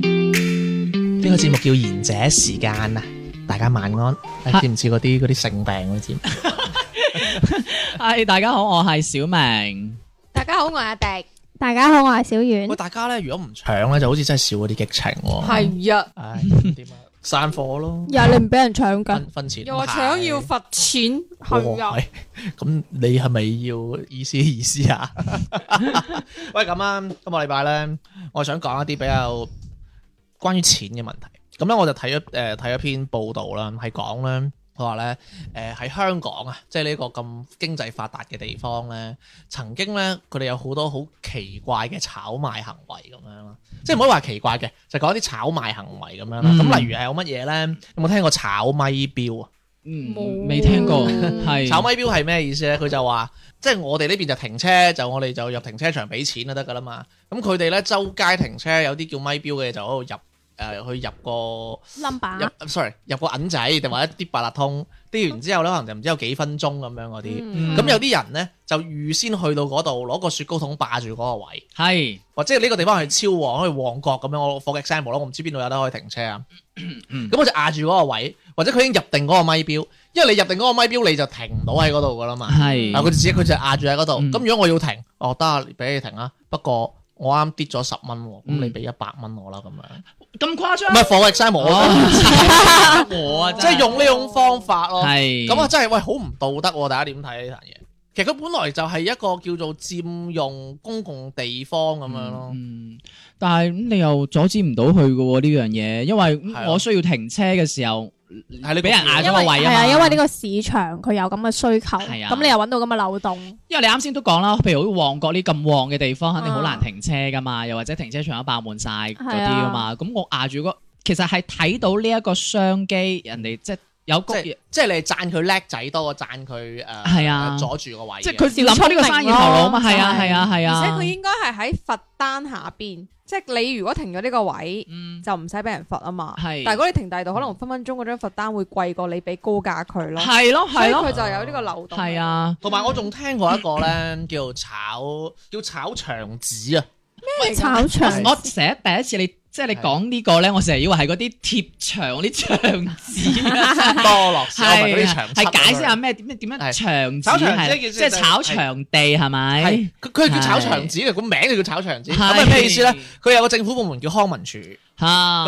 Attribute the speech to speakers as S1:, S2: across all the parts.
S1: 呢個節目叫賢者時間啊！大家晚安。你似唔似嗰啲嗰啲性病嗰啲節目？
S2: 係哎大家好，我係小明。
S3: 大家好，我係阿迪。
S4: 大家好，我係小遠
S1: 喂，。大家咧，如果唔搶啊咧，就好似真係少嗰啲激情喎。
S3: 係啊，
S1: 唉，點啊？散貨咯，
S4: 呀，你唔俾人搶
S1: 分分錢。
S3: 又話搶要罰錢，係
S1: 哦
S3: 啊，
S1: 係 咁你係咪要意思意思啊？ 喂，咁啊，今個禮拜咧，我想講一啲比較關於錢嘅問題。咁咧，我就睇咗誒睇咗篇報道啦，係講咧，佢話咧誒喺香港啊，即係呢個咁經濟發達嘅地方咧，曾經咧佢哋有好多好奇怪嘅炒賣行為咁樣啦，即係唔可以話奇怪嘅，就講一啲炒賣行為咁樣啦。咁、
S2: 嗯
S1: 例如係有乜嘢咧？有冇聽過炒咪錶啊？
S2: 嗯，
S3: 冇
S2: 未聽過，係
S1: 炒咪表係咩意思咧？佢就話，即係我哋呢邊就停車，就我哋就入停車場俾錢就得㗎啦嘛。咁佢哋咧周街停車，有啲叫咪表嘅就喺度入誒、呃去入個。
S4: number
S1: 入 sorry 入個銀仔定或者啲八達通，啲完之後咧可能就唔知有幾分鐘咁樣嗰啲。
S2: 嗯
S1: 咁、有啲人咧就預先去到嗰度攞個雪糕筒霸住嗰個位，
S2: 係
S1: 或者呢個地方哦係超旺，好似旺角咁樣。我 for example 啦，我唔知邊度有得可以停車啊。
S2: 嗯
S1: 咁我就壓住嗰個位，或者佢已經入定嗰個咪錶，因為你入定嗰個咪錶你就停唔到喺嗰度噶啦嘛。嗱，佢就
S2: 係
S1: 只佢就壓住喺嗰度。
S2: 嗯
S1: 咁、如果我要停，哦得啊，俾你停啊。不過我啱跌咗十蚊喎，咁、
S2: 嗯
S1: 你俾一百蚊我啦咁樣。
S2: 咁誇
S1: 唔
S2: 張？
S1: 係 for example，我
S2: 我 啊，
S1: 即係用呢種方法咯。
S2: 係
S1: 咁啊，真係喂，好唔道德喎！大家點睇呢壇嘢？其實佢本來就係一個叫做佔用公共地方咁樣咯。
S2: 嗯，但係咁你又阻止唔到佢嘅喎呢樣嘢，因為
S1: 係啊
S2: 咁
S1: 咯
S2: 我需要停車嘅時候，
S1: 係你
S2: 嗯俾人壓咗
S4: 因
S2: 個
S4: 為
S2: 位
S4: 係
S2: 啊嘛
S4: 啊，因為呢個市場佢有咁嘅需求，
S2: 係啊
S4: 咁你又揾到咁嘅漏洞，
S2: 因為你啱先都講啦，譬如好似旺角呢咁旺嘅地方，肯定好
S4: 啊
S2: 難停車噶嘛，又或者停車場都爆滿晒嗰
S4: 係
S2: 啲
S4: 啊
S2: 噶嘛。咁我壓住嗰，其實係睇到呢一個商機，人哋即係有
S1: 即
S2: 谷，
S1: 係
S2: 即
S1: 即係你係讚佢叻仔多過讚佢誒
S2: 係啊
S1: 阻住個位嘅。
S2: 係佢諗出呢個生意頭腦啊嘛。
S4: 小聰明
S2: 係
S4: 咯
S2: 啊，係啊，係啊。
S5: 而且佢應該係喺罰單下邊，即係你如果停咗呢個位，
S2: 嗯
S5: 就唔使俾人罰啊嘛。
S2: 係
S5: 但係如果你停第二度，可能分分鐘嗰張罰單會貴過你俾高價佢咯。
S2: 係咯，
S5: 所
S2: 係
S5: 以
S2: 咯
S5: 佢，就有呢個漏洞。
S2: 係，啊。
S1: 同埋我仲聽過一個咧， 叫炒叫炒牆紙啊，
S4: 炒場
S1: 係
S2: 我成日第一次你即係你講呢個咧，我成日以為係嗰啲貼牆嗰啲牆 紙啊。
S1: 多落手咪嗰
S2: 係
S1: 啲
S2: 啊
S1: 牆漆啊
S2: 係解釋下咩點咩點樣
S1: 係
S2: 牆
S1: 炒牆
S2: 紙係
S1: 即係
S2: 即係炒場地係咪
S1: 係？佢佢係叫炒
S2: 係
S1: 牆紙嘅，個名就叫炒牆紙。咁
S2: 係
S1: 係啊咩意思咧？佢有個政府部門叫康文署，咁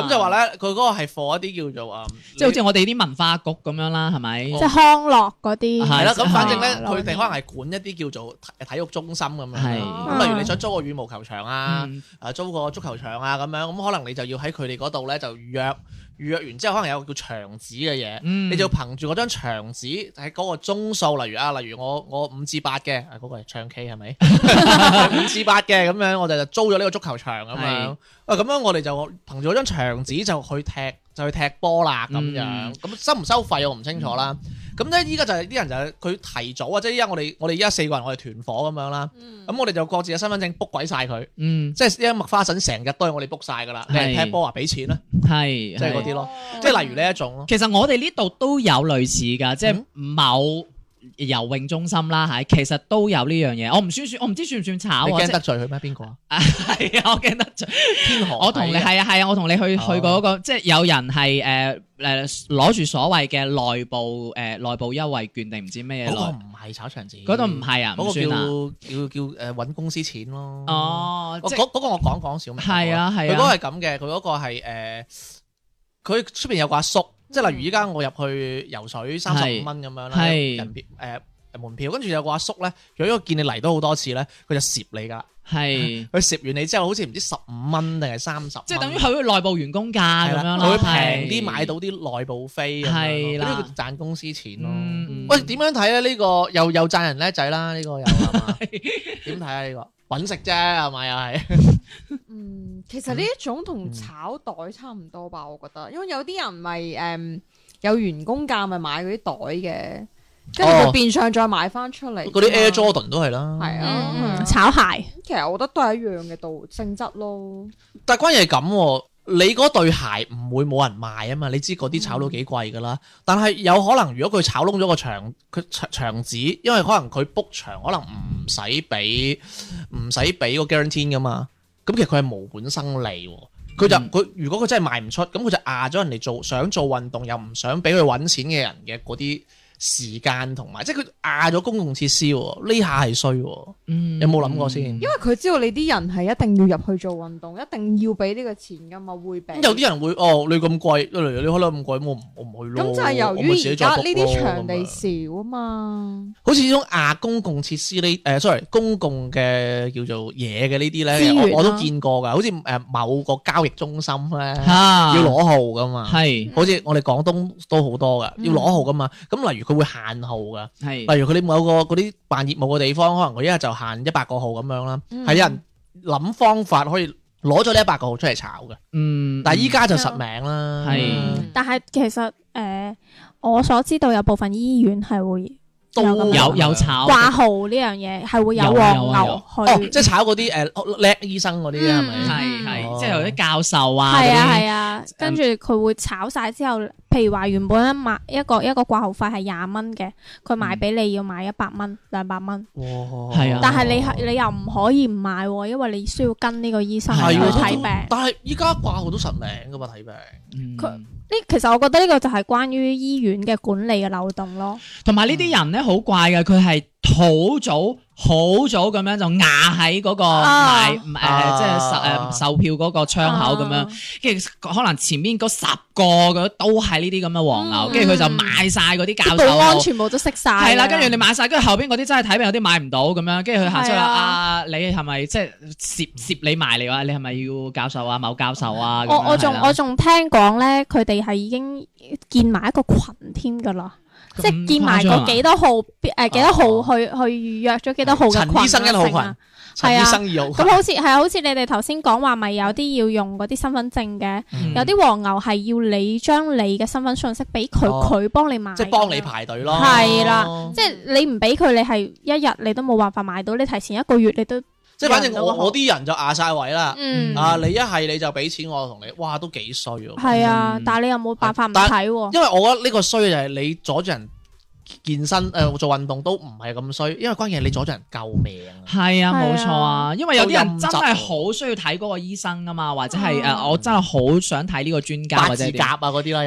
S2: 嚇
S1: 就話咧，佢嗰個係 for 一啲叫做嗯誒，
S2: 啊即係好似我哋啲文化局咁樣啦，係咪？
S1: 哦
S4: 即係康樂嗰啲。啊
S2: 係啊
S1: 係啦，咁反正咧，
S4: 係
S1: 佢哋可能係管一啲叫做體體育中心咁樣
S2: 係
S1: 啦。咁例如你想租個羽毛球場啊，
S2: 嗯
S1: 誒租個足球場啊咁樣，咁可能你就要喺佢哋嗰度咧就預約，預約完之後可能有個叫場紙嘅嘢，
S2: 嗯
S1: 你就要憑住嗰張場紙喺嗰個鐘數，例如啊，例如我我五至八嘅，啊嗰個係唱 K 係 咪？五至八嘅咁樣，我就就租咗呢個足球場咁樣啊
S2: 係。
S1: 喂，咁樣我哋就憑住嗰張場紙就去踢，就去踢波啦咁樣
S2: 嗯。
S1: 咁收唔收費我唔清楚啦。咁咧，依家就係啲人就係佢提早啊，即係依家我哋我哋依家四個人我哋團伙咁樣啦。咁我哋就各自嘅身份證 book 鬼晒佢，
S2: 嗯
S1: 即係依家麥花臣成日都係我哋 book 晒㗎啦。你係
S2: 係
S1: 踢波啊，俾錢啦，
S2: 係
S1: 即係嗰啲
S2: 係
S1: 咯。即係例如呢一種咯。
S2: 其實我哋呢度都有類似㗎，即
S1: 嗯
S2: 係某游泳中心啦，係其實都有呢樣嘢。我唔算算，我唔知算唔算炒
S1: 你
S2: 啊？
S1: 驚
S2: 即
S1: 得
S2: 係
S1: 罪佢咩？邊個啊？
S2: 係啊，我驚得罪。
S1: 天河。
S2: 我同你係啊係啊，我同你去
S1: 哦
S2: 去過嗰個，即係有人係誒誒攞住所謂嘅內部誒內部優惠券定唔知咩嘢
S1: 嗰個
S2: 內
S1: 唔係炒場紙，
S2: 嗰度唔係啊，
S1: 嗰
S2: 唔算啊。
S1: 個叫叫叫誒揾公司錢咯。，
S2: 哦，
S1: 嗰
S2: 即
S1: 嗰嗰個我講講小明。
S2: 係啊係
S1: 佢嗰個
S2: 啊，
S1: 係咁嘅，佢嗰個係誒，佢出邊有個阿叔，即係例如依家我入去游水三十五
S2: 係
S1: 蚊咁樣啦，
S2: 係
S1: 人票誒門票，跟住有個阿叔咧，如果見你嚟多好多次咧，佢就攝你噶，
S2: 係
S1: 佢攝完你之後，好似唔知十五蚊定係三十，
S2: 即係等於佢內部員工價
S1: 係
S2: 咁樣
S1: 啦，
S2: 啦，
S1: 佢會平啲
S2: 係
S1: 買到啲內部飛咁樣咯，
S2: 係啦
S1: 跟住佢賺公司錢咯。
S2: 嗯嗯嗯
S1: 喂，點樣睇咧？呢個又又讚人叻仔啦，呢 個又係嘛點睇啊？呢個揾食啫，係咪又係？
S5: 嗯，其實呢一種
S1: 嗯
S5: 同炒袋差唔多吧，我覺得，因為有啲人咪誒、有員工價咪買嗰啲袋嘅，跟住
S1: 哦
S5: 就變相再買翻出嚟。
S1: 嗰啲 Air Jordan 都係啦。
S5: 係啊，係
S4: 嗯
S5: 啊
S4: 嗯炒鞋
S5: 其實我覺得都係一樣嘅道性質咯。
S1: 但係關鍵係咁喎，你嗰對鞋唔會冇人賣啊嘛，你知嗰啲炒到幾貴噶啦。但係有可能如果佢炒窿咗個場，佢場場子，因為可能佢 book 場可能唔使俾唔使俾個 guarantee 噶嘛，咁其實佢係無本生利喎。佢就
S2: 嗯
S1: 佢如果佢真係賣唔出，咁佢就壓咗人哋做想做運動又唔想俾佢揾錢嘅人嘅嗰啲時間同埋，即係佢壓咗公共設施喎。呢下係衰喎，
S2: 嗯
S1: 有冇諗過先
S5: 因為佢知道你啲人係一定要入去做運動，一定要俾呢個錢噶嘛，會俾。
S1: 咁有啲人會哦，你咁貴，你你開得咁貴，咁我唔我唔去咯。
S5: 咁就係由
S1: 我咪自
S5: 於
S1: 己
S5: 而
S1: 再
S5: 家
S1: book
S5: 呢啲
S1: 咯
S5: 場地
S1: 咁樣
S5: 少啊嘛，
S1: 好似呢種亞公共設施呢，誒、sorry，公共嘅叫做嘢嘅呢
S4: 資
S1: 啲
S4: 源
S5: 啊
S1: 咧，
S4: 啦
S1: 我我都見過㗎，好似誒某個交易中心咧，要
S2: 嚇
S1: 攞啊號㗎嘛。
S2: 係
S1: 好似我哋廣東都好多㗎，
S5: 嗯
S1: 要攞號㗎嘛。咁例如佢會限號㗎，
S2: 係
S1: 例如佢哋某個嗰啲辦業務嘅地方，可能佢一日就限一百個號咁樣啦，係、
S5: 嗯
S1: 啊有人諗方法可以攞咗呢一百個號出嚟炒嘅。
S2: 嗯，
S1: 但係依家就
S5: 嗯
S1: 實名啦，
S2: 係
S5: 嗯
S4: 但係其實誒、呃我所知道有部分醫院係會
S1: 都
S4: 有咁
S1: 啊
S2: 有有炒
S4: 掛號呢樣嘢係會有
S2: 啊有啊有啊有
S4: 黃
S1: 哦
S4: 牛，去，
S1: 即係炒嗰啲誒叻醫生嗰啲係
S5: 嗯
S1: 咪？
S2: 係係，
S1: 哦
S2: 即係有啲教授啊，
S4: 係啊
S2: 嗰啲
S4: 係啊，跟住佢會炒晒之後，譬如話原本一買一個一個掛號費係廿蚊嘅，佢
S2: 嗯
S4: 賣俾你要買一百蚊兩百蚊，
S1: 哇
S2: 係啊
S4: 但係你係你又唔可以唔買喎，因為你需要跟呢個醫生去
S2: 係啊
S4: 睇病。
S1: 但係依家掛號都實名噶嘛，睇病。
S2: 嗯
S4: 佢呢其實我覺得呢個就係關於醫院嘅管理嘅漏洞咯。
S2: 同埋呢啲人咧好怪嘅，佢係好早好早咁樣就壓喺嗰個
S4: 啊
S2: 賣誒，
S1: 啊
S2: 即係售誒售票嗰個窗口咁樣，跟住可能前面嗰十個嗰都係呢啲咁嘅黃牛，
S4: 嗯
S2: 跟住佢就買晒嗰啲
S4: 啲
S2: 教授
S4: 保安
S2: 啊。
S4: 全部都識晒㗎。
S2: 係啦，跟住你買晒，跟住後邊嗰啲真係睇病有啲買唔到咁樣，跟住佢行出嚟
S4: 係啊嗯
S2: 啊，你係咪即係攝攝你埋嚟話你係咪要教授啊，某教授啊？咁
S4: 我我
S2: 樣
S4: 仲
S2: 係啦
S4: 我仲聽講咧，佢哋係已經建埋一個群添㗎啦，即係建埋
S2: 咁誇張啊
S4: 嗰幾多號誒幾多號去去預約咗幾多號嘅
S1: 哦陳
S4: 群啊
S1: 醫生一號群
S4: 成啊
S1: 陳
S4: 係啊
S1: 醫生二號群
S4: 咁好似係啊好似你哋頭先講話，咪有啲要用嗰啲身份證嘅，
S1: 嗯
S4: 有啲黃牛係要你將你嘅身份信息俾佢，
S1: 哦
S4: 佢幫你買，
S1: 即係幫你。排隊咯。
S4: 係啦，即係你唔俾佢，你係一日你都冇辦法買到，你提前一個月你都
S1: 即係反正
S4: 有人
S1: 我
S4: 都好
S1: 我啲人就壓晒位啦。
S4: 嗯
S1: 啊，你一係你就俾錢我同你，哇，都幾衰喎。
S4: 係啊
S2: 嗯，
S4: 但係你又冇辦法唔
S1: 但
S4: 睇喎。
S1: 因為我覺得呢個衰就係你阻住人健身誒做運動都唔係咁衰，因為關鍵係你阻住人救命啊。
S2: 係啊，冇錯啊，因為有
S1: 都
S2: 啲
S1: 陰
S2: 人
S1: 質
S2: 真係好需要睇嗰個醫生啊嘛，或者係
S4: 嗯
S2: 誒，我真係好想睇呢個專家
S1: 八
S2: 或者
S1: 字
S2: 點
S1: 甲啊嗰啲啦，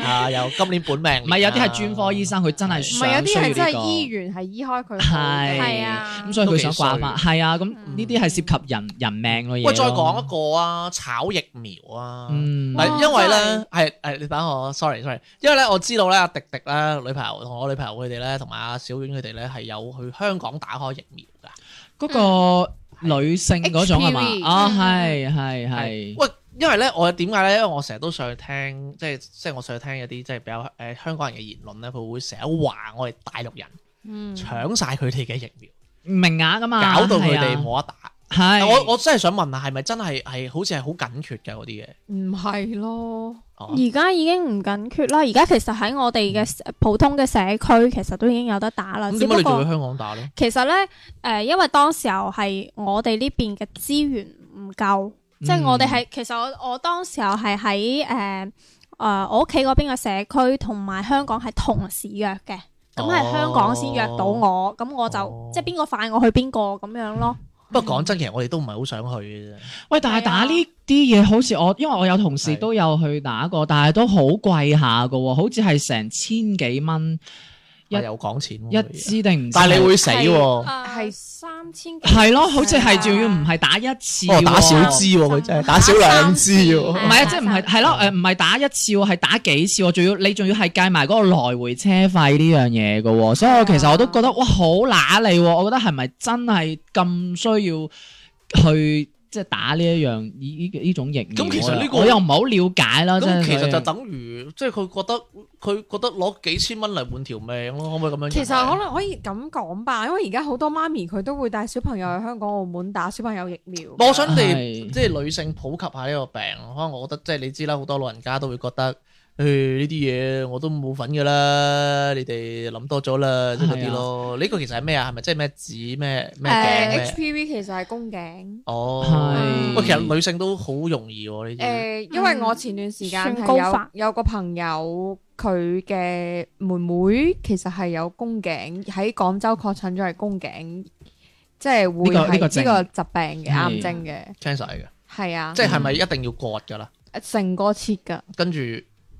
S1: 有啊，有今年本命年啊。
S2: 唔係有啲係專科醫生，佢真係
S5: 唔
S2: 想
S5: 係有啲
S2: 需要
S5: 係
S2: 呢
S5: 真
S2: 個
S5: 係醫院係醫開佢
S2: 係
S5: 嘅。
S4: 係啊
S2: 咁所以佢想掛翻，
S1: 都
S2: 係啊，咁
S5: 嗯
S2: 呢啲係涉及人人命嘅嘢咯。
S1: 喂，再講一個啊，炒疫苗啊。
S2: 嗯，
S1: 嗱，
S5: 哇
S1: 因為
S5: 真
S1: 咧，係誒，你等我，sorry sorry，因為咧，我知道咧，阿迪迪咧，女朋友同我女朋友佢哋咧，同埋阿小婉佢哋咧，係有去香港打開疫苗㗎。
S2: 嗰個女性嗰種係嘛
S5: HPV？
S2: 啊，係係係，
S1: 喂，因為咧，我點解咧？因為我成日都上去聽，即係即係我上去聽一啲即係比較誒香港人嘅言論咧，佢會成日話我哋大陸人
S5: 嗯
S1: 搶晒佢哋嘅疫苗，
S2: 名額㗎嘛，
S1: 搞到佢哋
S2: 啊係
S1: 冇得打。
S2: 啊。係
S1: 我我真係想問下，係咪真係係好似係好緊缺嘅嗰啲嘢？
S5: 唔係咯，
S1: 哦
S4: 而家已經唔緊缺啦，而家其實喺我哋嘅普通嘅社區，其實都已經有得打啦。
S1: 咁
S4: 只
S1: 點解
S4: 不
S1: 你仲
S4: 過
S1: 去香港打咧？
S4: 其實呢，誒、因為當時候係我哋呢邊嘅資源唔夠，
S2: 嗯
S4: 即係我哋係其實我我當時候係喺誒誒我屋企嗰邊嘅社區同埋香港係同時約嘅，咁係香港先約到我，咁、我就、
S1: 哦
S4: 即係邊個快我去邊個咁樣咯。
S1: 不過講真，其實我哋都唔係好想去嘅啫。
S2: 喂，但係
S4: 係啊
S2: 打呢啲嘢好似我，因為我有同事
S1: 係
S2: 都有去打過，但係都好貴下㗎喎，好似係成千幾蚊一
S1: 啊有講錢喎
S2: 一
S1: 佢哋
S2: 支定唔知
S1: 但係你會死
S4: 係
S1: 喎，
S4: 啊
S5: 係
S4: 三千幾
S2: 係咯，好似係仲要唔
S4: 係
S2: 係打一次
S1: 哦
S2: 喎，
S1: 打少
S4: 支
S1: 支喎，佢真係打少兩支
S2: 唔
S1: 喎。
S2: 係啊，即係唔係係咯？
S1: 嗯
S2: 誒，唔係打一次喎，係打幾次喎？仲要你仲要係計埋嗰個來回車費呢樣嘢嘅喎，所以我其實我都覺得哇，好揦你喎！我覺得係咪真係咁需要去即係打呢一樣呢呢呢種疫苗？
S1: 嗯咁其實呢個
S2: 我又我又唔係好了解啦。
S1: 咁
S2: 真係
S1: 其實就等於即係佢覺得佢覺得攞幾千蚊嚟換條命咯，可唔可以咁樣認為？
S5: 其實可能可以咁講吧，因為而家好多媽咪佢都會帶小朋友去香港、澳門打小朋友疫苗。
S1: 我想哋
S2: 係
S1: 即係女性普及下呢個病，可能我覺得即係你知啦，好多老人家都會覺得。誒呢啲嘢我都冇份噶啦，你哋諗多咗啦，即係嗰啲咯。呢個其實係咩啊？係咪即係咩子咩
S5: 誒
S1: 咩頸咩
S5: HPV 其實係宮頸。
S1: 哦，
S2: 係
S1: 喂，其實女性都好容易喎呢
S5: 誒、
S1: 啲。
S5: 因為我前段時間
S4: 算高
S5: 係
S4: 發
S5: 有有個朋友，佢嘅妹妹其實係有宮頸喺廣州確診咗係宮頸，即係會
S2: 呢個呢個
S5: 係呢
S2: 症
S5: 個疾病嘅
S2: 係
S5: 癌症嘅，
S1: cancer 嚟嘅，
S5: 係啊，
S1: 即係係咪一定要割㗎啦？
S5: 成個切㗎，
S1: 跟住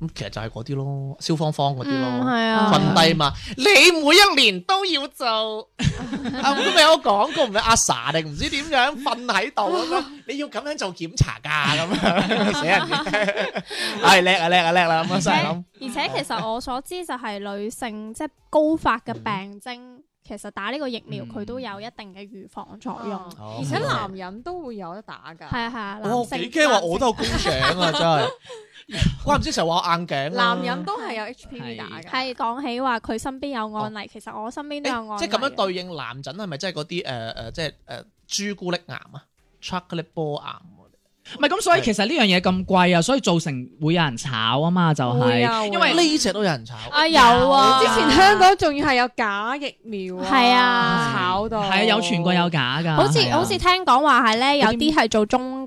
S1: 咁其實就係嗰啲咯，蕭芳芳嗰啲
S4: 嗯，
S1: 咯。
S4: 係啊，
S1: 瞓低嘛，你每一年都要做，啊我都未有講過，唔係阿 sa 定唔知點樣瞓喺度咁樣，你要咁樣做檢查㗎咁樣，死人嘅，唉叻啊叻啊叻啦咁樣真係諗，
S4: 而且其實我所知就係女性即係高發嘅病
S1: 嗯
S4: 徵，其實打呢個疫苗
S2: 嗯
S4: 佢都有一定嘅預防作用。
S5: 啊
S1: 哦
S5: 而且男人都會有得打㗎。
S4: 係啊係啊，
S1: 我
S4: 男性
S1: 幾驚話我都有宮頸啊真係，怪唔知成日話我硬頸啊啦，
S5: 男人都係有 HPV 打㗎，
S4: 係講起話佢身邊有案例，其實我身邊都有
S1: 誒
S4: 案例。啊
S1: 即係咁樣對應男人係咪即係嗰啲誒誒即係誒朱古力癌啊，chocolate ball 癌啊？
S2: 唔係咁，所以其實呢樣嘢咁貴啊，所以造成會有人炒啊嘛，就
S1: 哦
S5: 會
S2: 係
S5: 啊會
S2: 因為
S1: 呢只都有人炒，
S4: 啊有啊，
S5: 之前香港仲要係有假疫苗啊，
S4: 係啊
S5: 炒到
S2: 係啊，有傳過有假㗎。
S4: 好似
S2: 係啊
S4: 好似聽講話係咧，有啲係做中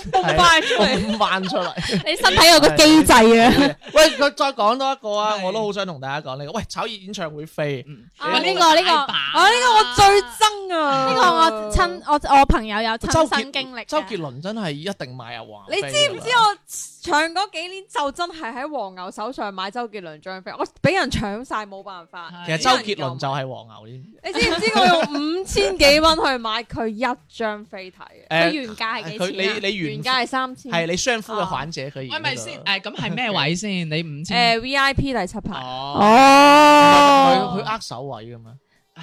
S5: 崩翻出嚟？
S1: 咁翻出嚟。
S4: 你身體有個機制啊，
S1: 喂，佢再講多一個啊，
S2: 係
S1: 我都好想同大家講呢個。喂，炒熱演唱會飛，
S2: 嗯
S4: 啊
S2: 你
S4: 呢個呢個
S2: 大把
S5: 啊！呢個我最憎啊！
S4: 呢個我親我我朋友有
S1: 周
S4: 親身經歷
S1: 杰
S4: 嘅。
S1: 周杰倫真係一定買入黃
S5: 你
S1: 飛㗎啦。
S5: 知唔知我唱嗰幾年就真係喺黃牛手上買周杰倫張飛，我俾人搶晒冇辦法。
S1: 其實周杰倫就係黃牛添。
S5: 你知唔知我用五千幾蚊去買佢一張飛睇嘅？
S4: 佢
S1: 誒，
S4: 原價係幾
S1: 佢
S4: 錢啊
S1: 你你
S5: 原
S1: 原
S5: 價係三千，
S1: 係你雙夫嘅患者，佢而
S2: 喂，
S1: 家
S2: 咪
S1: 就
S2: 先，誒咁係咩位先？你五千
S5: 誒 V I P 第七排。
S2: 哦，
S1: 佢
S5: 哦
S1: 佢握手位㗎嘛。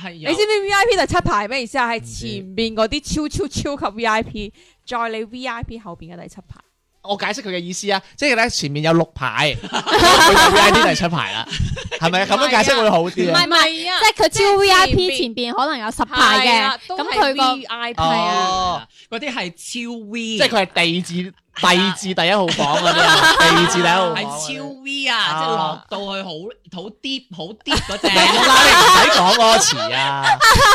S2: 係
S5: 你
S2: 有
S5: 知唔知 V I P 第七排咩意思啊？係
S1: 知
S5: 前邊嗰啲超超超級 V I P，再你 V I P 後邊嘅第七排。
S1: 我解釋佢嘅意思啊，即係咧前面有六 排，佢就 V I P 第七排啦，係咪咁樣解釋會好啲
S4: 唔
S1: 啊
S4: 係？唔係，
S5: 係啊
S4: 即係佢超
S5: 係
S4: VIP
S5: 前啊
S4: 前邊可能有十排嘅，咁佢個
S5: V I P
S1: 哦
S5: 啊。
S2: 嗰啲係超 V，
S1: 即係佢係地 至
S2: 啊
S1: 地至第一號房嗰啲啊，地至第一號房
S2: 係
S1: 嗰啲。
S2: 超 V 啊，即係落
S1: 哦
S2: 到去好好 deep 好 deep 嗰只。
S1: 啦，你唔使講嗰個詞 啊，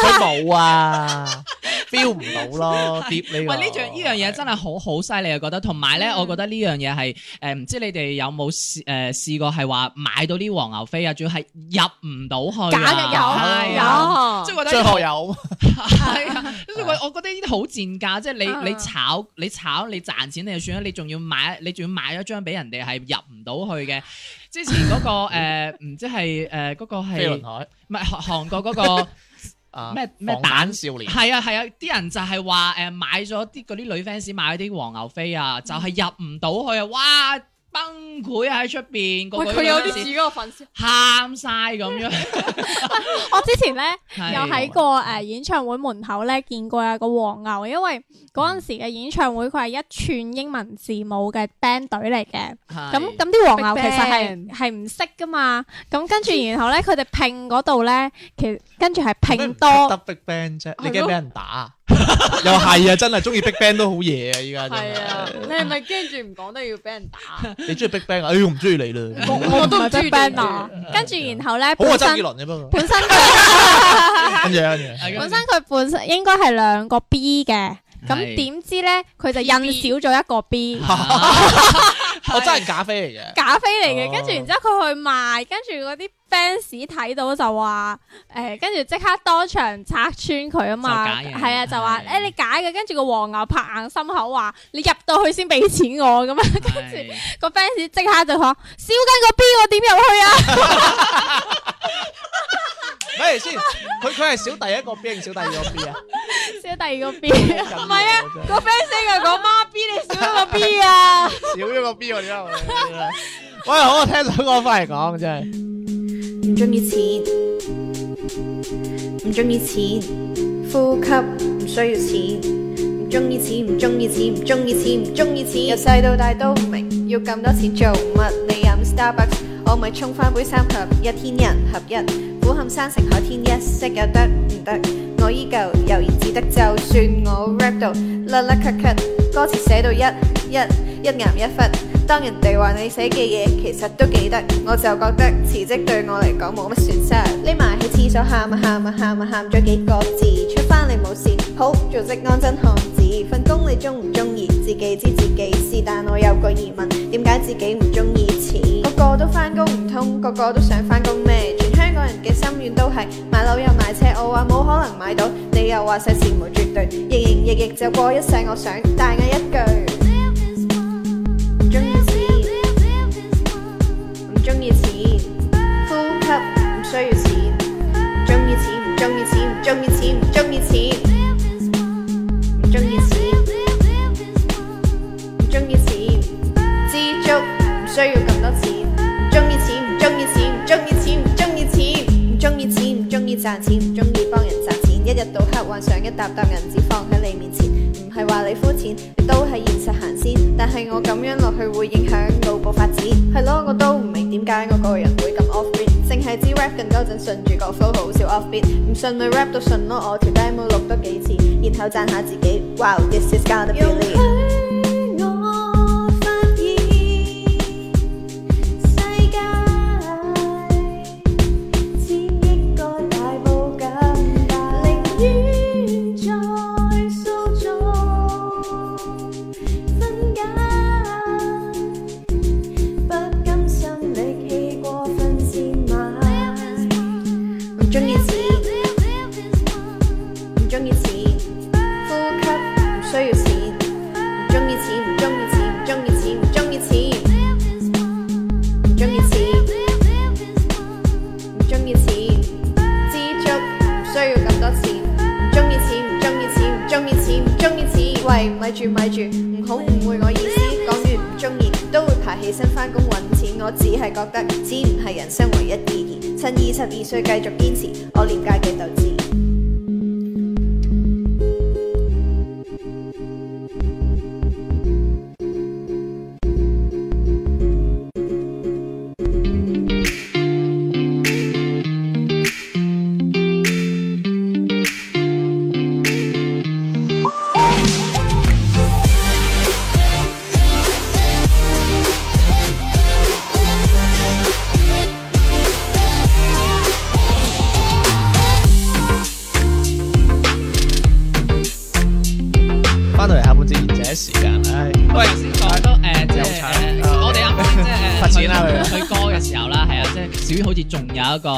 S1: 佢冇啊，feel 唔到咯，碟呢個。
S2: 喂，呢樣呢樣嘢真係好好犀利啊！覺得同埋咧，我覺得呢樣嘢係誒，唔知你哋有冇試誒試過係話買到啲黃牛飛啊，仲要係入唔到去
S4: 假
S2: 啊
S4: 嘅有
S2: 係
S5: 有
S2: 啊即係覺得
S1: 張學友
S2: 係啊，即係我我覺得呢啲好賤價，即係你你
S4: 啊
S2: 炒你炒你賺錢你就算啦，你仲要買你仲要買咗張俾人哋係入唔到去嘅。之前嗰個誒唔知係誒嗰個
S1: 飛輪
S2: 係
S1: 海
S2: 唔係韓韓國嗰個？
S1: 啊，
S2: 咩咩
S1: 防
S2: 蛋
S1: 彈少年
S2: 係啊係啊，啲人就係話誒買咗啲嗰啲女 fans 買啲黃牛飛啊，就係入唔到去啊，哇崩潰啊喺出邊，個
S5: 喂，
S2: 個
S5: 佢有啲
S2: 女
S5: 似
S2: fans
S5: 嗰個粉絲，
S2: 喊晒咁樣，
S4: 我之前咧
S2: 係
S4: 有喺個誒演唱會門口咧見過有個黃牛，因為嗰陣時嘅演唱會佢係一串英文字母嘅 band 隊嚟嘅，
S2: 係
S4: 咁咁啲黃牛
S5: Big
S4: 其實
S5: Bang
S4: 係係唔識噶嘛，咁跟住然後咧佢哋拼嗰度咧，其實跟住係拼多
S1: 得 Big Bang 啫，你
S5: 係
S1: 驚
S5: 咯
S1: 俾人打啊？又係啊，真係中意 Big Bang 都好嘢啊！依家真
S5: 係啊，
S1: 係，
S5: 你係咪驚住唔講都要俾人打？
S1: 你中意 Big Bang 啊？哎呀，我唔中意你啦。
S5: 我我都唔中意
S4: Big Bang 啊，跟住然後咧
S1: 好啊，
S4: 本
S1: 周
S4: 身
S1: 杰倫嘅不過。
S4: 本身 佢。
S1: 跟住跟住。
S2: 係
S4: 本身佢本身應該係兩個 B 嘅，咁
S2: 係
S4: 點知咧佢就印少咗一個 B，
S2: 啊
S1: 我真係咖啡嚟嘅。
S4: 咖啡嚟嘅，
S1: 哦
S4: 跟住然之後佢去賣，跟住嗰啲 fans 睇到就話誒，跟住即刻當場拆穿佢啊嘛，
S2: 就假嘢
S4: 係啊，就話
S2: 係
S4: 誒你假嘅，跟住個黃牛拍硬心口話你入到去先俾錢我咁樣，
S2: 係
S4: 個 fans 即刻就講燒緊個 B 我點入去啊？
S1: 咪先，佢佢係小第一個 B 定小第二個 B 啊？
S4: 燒第二個 B，唔係啊，個 fans 就講 媽 B 你少咗個 B 啊！
S1: 少咗個 B 我點解？喂，好，我聽首歌翻嚟講，真係。
S6: 唔中意錢，唔中意錢，呼吸唔需要錢，唔中意錢，唔中意錢，唔中意錢，唔中意錢。由細到大都唔明，要咁多錢做乜？你飲 Starbucks，我咪沖翻杯三合一，天人合一，苦冚山城海天一色又得唔得？我依舊悠然自得，就算我 rap 到甩甩咳咳，歌詞寫到一一一岩一忽。當人哋話你寫嘅嘢其實都記得，我就覺得辭職對我嚟講冇乜損失。匿埋喺廁所喊啊喊啊喊啊喊咗幾個字，出翻嚟冇事。好做職安真漢子，份工你中唔中意？自己知自己是，但我有個疑問，點解自己唔中意錢？個個都翻工唔通，個個都想翻工咩？全香港人嘅心願都係買樓又買車，我話冇可能買到，你又話世事無絕對，營營役役就過一世，我想大嗌一句。唔中意錢，唔中意錢，呼吸唔需要錢，唔中意錢，唔中意錢，唔中意錢，唔中意錢，唔中意錢，唔中意錢，知足唔需要咁多錢，唔中意錢，唔中意錢，唔中意錢，唔中意錢，唔中意錢，唔中意賺錢，唔中意幫人賺錢，一日到黑幻想一沓沓銀紙放喺你面前。唔係話你膚淺，亦都係現實行先。但係我咁樣落去會影響腦部發展，係咯，我都唔明點解我個人會咁 off beat，淨係知 rap 緊嗰陣順住個 flow 好少 off beat，唔信咪 rap 到順咯，我條 demo 錄多幾次，然後讚下自己，wow this is gotta be it。我發現世界千億個大步咁大，寧願再塑造分解，不甘心力氣過分賤賣。唔中意錢，唔中意錢，呼吸唔需要錢，唔中意錢，唔中意錢，唔中意錢，唔中意錢，唔中意錢。唔中意錢，知足唔需要咁多錢，唔中意錢，唔中意錢，唔中意錢，唔中意錢。喂，咪住咪住，唔好誤會我意思。講完唔中意都會爬起身翻工揾錢，我只係覺得錢唔係人生唯一意義。趁二十二歲繼續堅持我廉價嘅鬥志。
S1: 翻到嚟下半節賢者時間，唉，喂
S2: 喂，頭先講到誒，即
S1: 有
S2: 係
S1: 產啊
S2: 誒我哋啱啱即係 誒
S1: 發展啦佢
S2: 去去歌嘅時候啦，係啊，即係小於好似仲有一個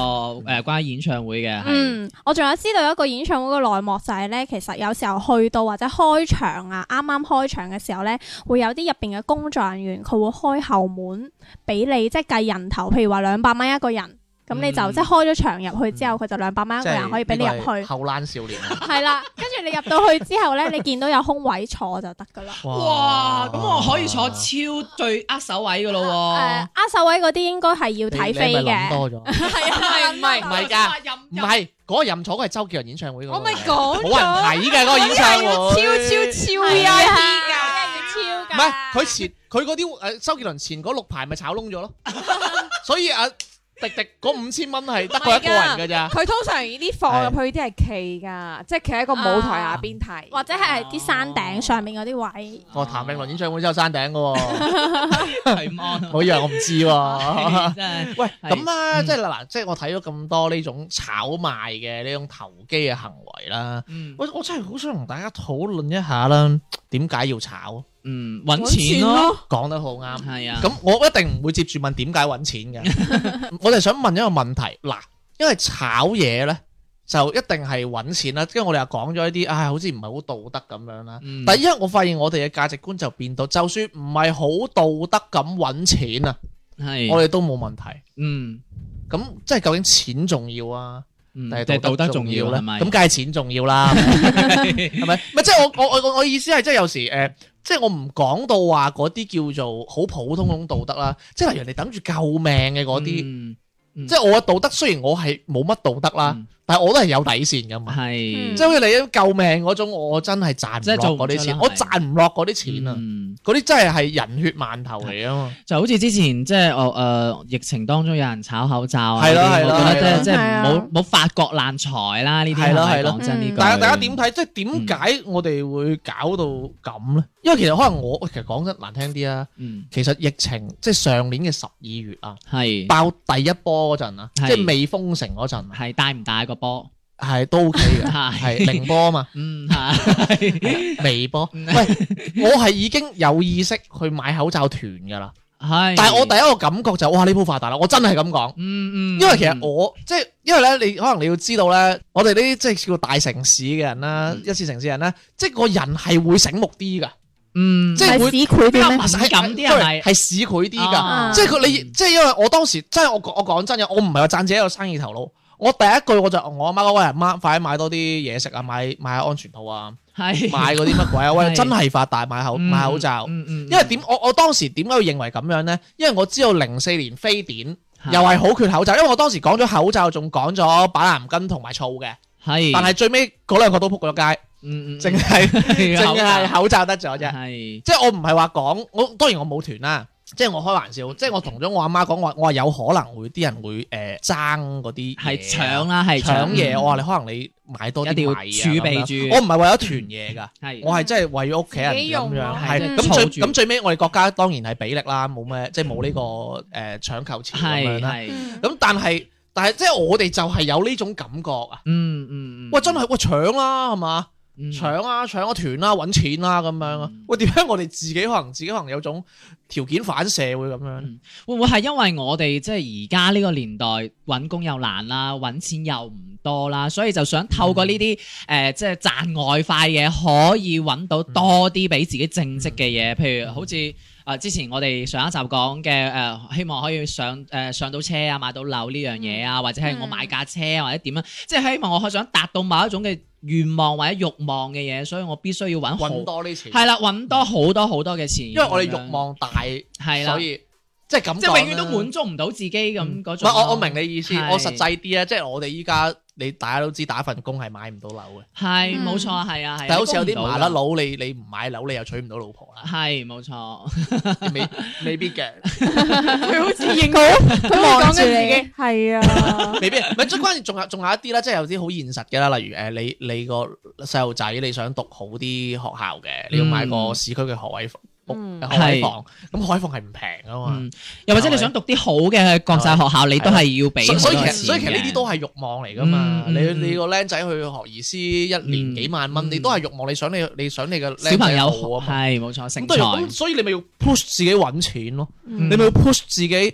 S2: 誒關於演唱會嘅，係
S4: 嗯，我仲有知道一個演唱會嘅內幕就係咧，其實有時候去到或者開場啊，啱啱開場嘅時候咧，會有啲入邊嘅工作人員佢會開後門俾你，即係計人頭，譬如話兩百蚊一個人，咁你就、
S2: 嗯
S4: 即係開咗場入去之後，佢就兩百蚊一
S1: 即
S4: 個人
S1: 係
S4: 啊可以俾你入
S1: 呢個係
S4: 去，
S1: 後欄少年啊！
S4: 係啦。跟住你入到去之後咧，你見到有空位坐就得噶啦。
S2: 哇，啊咁我可以坐超最握手位噶咯
S4: 誒、
S2: 喎。
S4: 握手位嗰啲應該係要
S1: 你
S4: 睇
S1: 你係
S4: 飛
S1: 咪
S4: 嘅，
S1: 諗多咗，
S3: 係啊，唔係
S1: 唔
S3: 唔
S1: 係
S3: 係，
S1: 㗎，唔係嗰個任坐嗰係周杰倫演唱
S5: 哦
S1: 會嗰個
S3: 我咪
S1: 嚟嘅
S5: Oh
S3: 講
S1: 冇人
S3: 咗，
S1: 睇嘅嗰個演唱會，
S3: 超超超 V I P
S5: 啊
S3: 㗎。
S4: 要超㗎。
S1: 唔係佢前佢嗰啲誒周杰倫前嗰六排咪炒窿咗咯，所以阿迪迪嗰五千蚊係得佢一個人㗎咋，
S5: 佢通常呢啲放入去啲係企㗎，即係企喺個舞台下邊睇。
S4: 或者係啲山頂上面嗰啲位。
S1: 我譚詠麟演唱會之後山頂㗎喎，
S2: 哦係嗎？
S1: 我以為我唔知喎。
S2: 真係
S1: 喂，
S2: 係
S1: 咁啊，
S2: 嗯
S1: 即係嗱，即係我睇咗咁多呢種炒賣嘅呢種投機嘅行為啦，
S2: 嗯
S1: 我我真係好想同大家討論一下啦，點解要炒？
S2: 嗯揾錢咯，
S1: 講得好啱。
S2: 係啊，
S1: 咁我一定唔會接住問點解揾錢嘅， 我哋想問一個問題嗱，因為炒嘢咧就一定係揾錢啦，因為我哋又講咗一啲，唉，好似唔係好道德咁樣啦。
S2: 嗯
S1: 但係因為我發現我哋嘅價值觀就變到，就算唔係好道德咁揾錢啊，我
S2: 係
S1: 哋都冇問題。
S2: 嗯
S1: 咁即係究竟錢重要啊，
S2: 嗯，
S1: 定
S2: 即
S1: 係
S2: 係
S1: 道
S2: 道
S1: 德
S2: 德
S1: 重
S2: 重
S1: 要
S2: 要
S1: 咧？
S2: 係 咪？
S1: 咁梗係錢重要啦，係咪？咪即係我我我我我意思係即係有時誒，即係我唔講到話嗰啲叫做好普通嗰種道德啦，即係例如人哋等住救命嘅嗰啲，
S2: 啲
S1: 即係我嘅道德雖然我係冇乜道德啦，但係我都係有底線噶嘛。
S2: 嗯係
S1: 即係好似你救命嗰種，我真係賺
S2: 即係
S1: 唔
S2: 做
S1: 落嗰啲
S2: 唔出
S1: 錢，
S2: 啦
S1: 我
S2: 係
S1: 賺唔落嗰啲錢啊！
S2: 嗯
S1: 嗰啲真係係人血饅頭嚟啊嘛！
S2: 就好似之前即係我誒疫情當中有人炒口罩啊，
S1: 係咯
S2: 呢啲
S1: 係咯
S2: 我覺
S1: 係
S2: 得
S1: 咯
S2: 即係即係
S4: 係啊
S2: 冇冇法國爛財啦，呢啲
S1: 係咯
S2: 係咪
S1: 係咯
S2: 講真呢句？
S1: 大家大家點睇？即係點
S2: 嗯
S1: 解我哋會搞到咁咧？因為其實可能我其實講得難聽啲啊，
S2: 嗯，
S1: 其實疫情即係上年嘅十二月啊，
S2: 係
S1: 爆第一波嗰陣啊，即
S2: 係
S1: 係未封城嗰陣啊，
S2: 係大唔大個 波？
S1: 係都 OK 嘅，
S2: 係
S1: 係零波啊嘛，
S2: 嗯係
S1: 微 波。
S2: 嗯
S1: 喂，我係已經有意識去買口罩團㗎啦，
S2: 係，
S1: 但係我第一個感覺就哇呢鋪發達啦，我真係咁講。
S2: 嗯嗯，
S1: 因為其實我即係因為咧，你可能你要知道咧，我哋呢啲即係叫大城市嘅人啦，
S2: 嗯
S1: 一線城市人咧，即係個人係會醒目啲㗎，
S2: 嗯
S1: 即係會
S4: 市儈
S1: 比較
S4: 啲咩？
S1: 敏
S2: 敏感啲係咪
S1: 係市儈啲㗎。
S4: 啊
S1: 即係佢你即係因為我當時真係我講我講真嘅，我唔係話讚自己有生意頭腦。我第一句我就我阿媽講喂阿媽，快啲買多啲嘢食啊，買買下安全套 啊，
S2: 係
S1: 買嗰啲乜鬼啊，喂
S2: 係
S1: 真係發達買口
S2: 嗯
S1: 買口罩。
S2: 嗯嗯，
S1: 因為點我我當時點解會認為咁樣咧？因為我知道零四年非典。又係好缺口罩，因為我當時講咗口罩，仲講咗板藍根同埋醋嘅，
S2: 係，
S1: 但係最尾嗰兩個都撲咗街，
S2: 嗯嗯嗯
S1: 淨 係
S2: 係
S1: 淨係口罩得咗啫。啊
S2: 係
S1: 即係我唔係話講，我當然我冇團啦，即係我開玩笑，即係我同咗我阿媽講話，我話有可能會啲人會誒爭嗰啲
S2: 係
S1: 嘢啊
S2: 搶啦，係
S1: 搶嘢，我話
S2: 你
S1: 你可能你買多啲
S2: 一定要
S1: 米啊
S2: 儲
S1: 咁
S2: 備
S1: 樣
S2: 住
S1: 我唔係為咗團嘢㗎。
S2: 嗯係
S1: 我係真係為咗屋企人
S5: 自己用
S1: 咁
S5: 咯
S1: 樣，
S2: 啊係
S1: 係
S2: 即係
S1: 咁
S2: 儲
S1: 最
S2: 住
S1: 咁最尾我哋國家當然係比力啦，冇咩即係冇呢個誒搶購潮咁樣
S2: 係
S1: 啦。
S2: 係，
S1: 咁但係但係即係我哋就係有呢種感覺啊！
S2: 嗯嗯嗯，
S1: 喂，真係喂搶啦，係嘛？
S2: 嗯
S1: 搶啊，搶個團啦，揾錢啦，咁樣啊
S2: 嗯！
S1: 喂，點解我哋自己可能自己可能有種條件反射會咁樣？
S2: 會唔會係因為我哋即係而家呢個年代揾工又難啦，揾錢又唔多啦，所以就想透過
S1: 嗯
S2: 呢啲誒即係賺外快嘅，可以揾到多啲俾自己正職嘅
S1: 嗯
S2: 嘢，譬如好似。啊！之前我哋上一集講嘅呃誒，希望可以上誒、上到車啊，買到樓呢樣嘢
S1: 嗯
S2: 啊，或者係我買架車或者點啊，即係希望我想達到某一種嘅願望或者慾望嘅嘢，所以我必須要揾好
S1: 揾多啲錢，
S2: 係啦，揾多好多好多嘅錢，
S1: 因為我哋
S2: 咁樣
S1: 慾望大，
S2: 係啦
S1: 所。以即係咁講啦，
S2: 即係永遠都滿足唔到自己咁嗰
S1: 唔
S2: 種
S1: 係
S2: 咯。
S1: 我我明你意思，
S2: 係
S1: 我實際啲啊，即係我哋依家你大家都知打份工係買唔到樓嘅，
S2: 係
S4: 嗯
S2: 冇錯，係啊係啊。
S1: 但係好似有啲
S2: 供唔
S1: 麻
S2: 到
S1: 甩
S2: 㗎
S1: 佬，你你唔買樓你又娶唔到老婆啦，
S2: 係冇 錯，
S1: 未未必嘅。
S5: 佢好似認
S4: 佢望住你，
S5: 係啊，
S1: 未必，唔係，即係關鍵仲有仲有一啲啦，即係有啲好現實嘅啦，例如誒，你你個細路仔你想讀好啲學校嘅，你要買個市區嘅學位房，
S5: 嗯
S1: 學位房，咁學位房係唔平噶嘛，
S2: 嗯，又或者你想讀啲好嘅國際學校，你都係要嗯俾
S1: 所以所以其
S2: 好多
S1: 實
S2: 錢
S1: 所以其實呢啲都
S2: 嘅
S1: 係慾望嚟噶嘛，
S2: 嗯
S1: 你
S2: 嗯
S1: 你個僆仔去學而師一年
S2: 嗯
S1: 幾萬蚊，
S2: 嗯
S1: 你都係慾望，你想你你想你嘅
S2: 小
S1: 僆
S2: 朋
S1: 仔
S2: 友
S1: 好啊嘛，
S2: 係冇錯，成
S1: 咁都係咁，
S2: 才
S1: 所以你咪要 push 自己揾錢咯，
S2: 嗯
S1: 你咪要 push 自己誒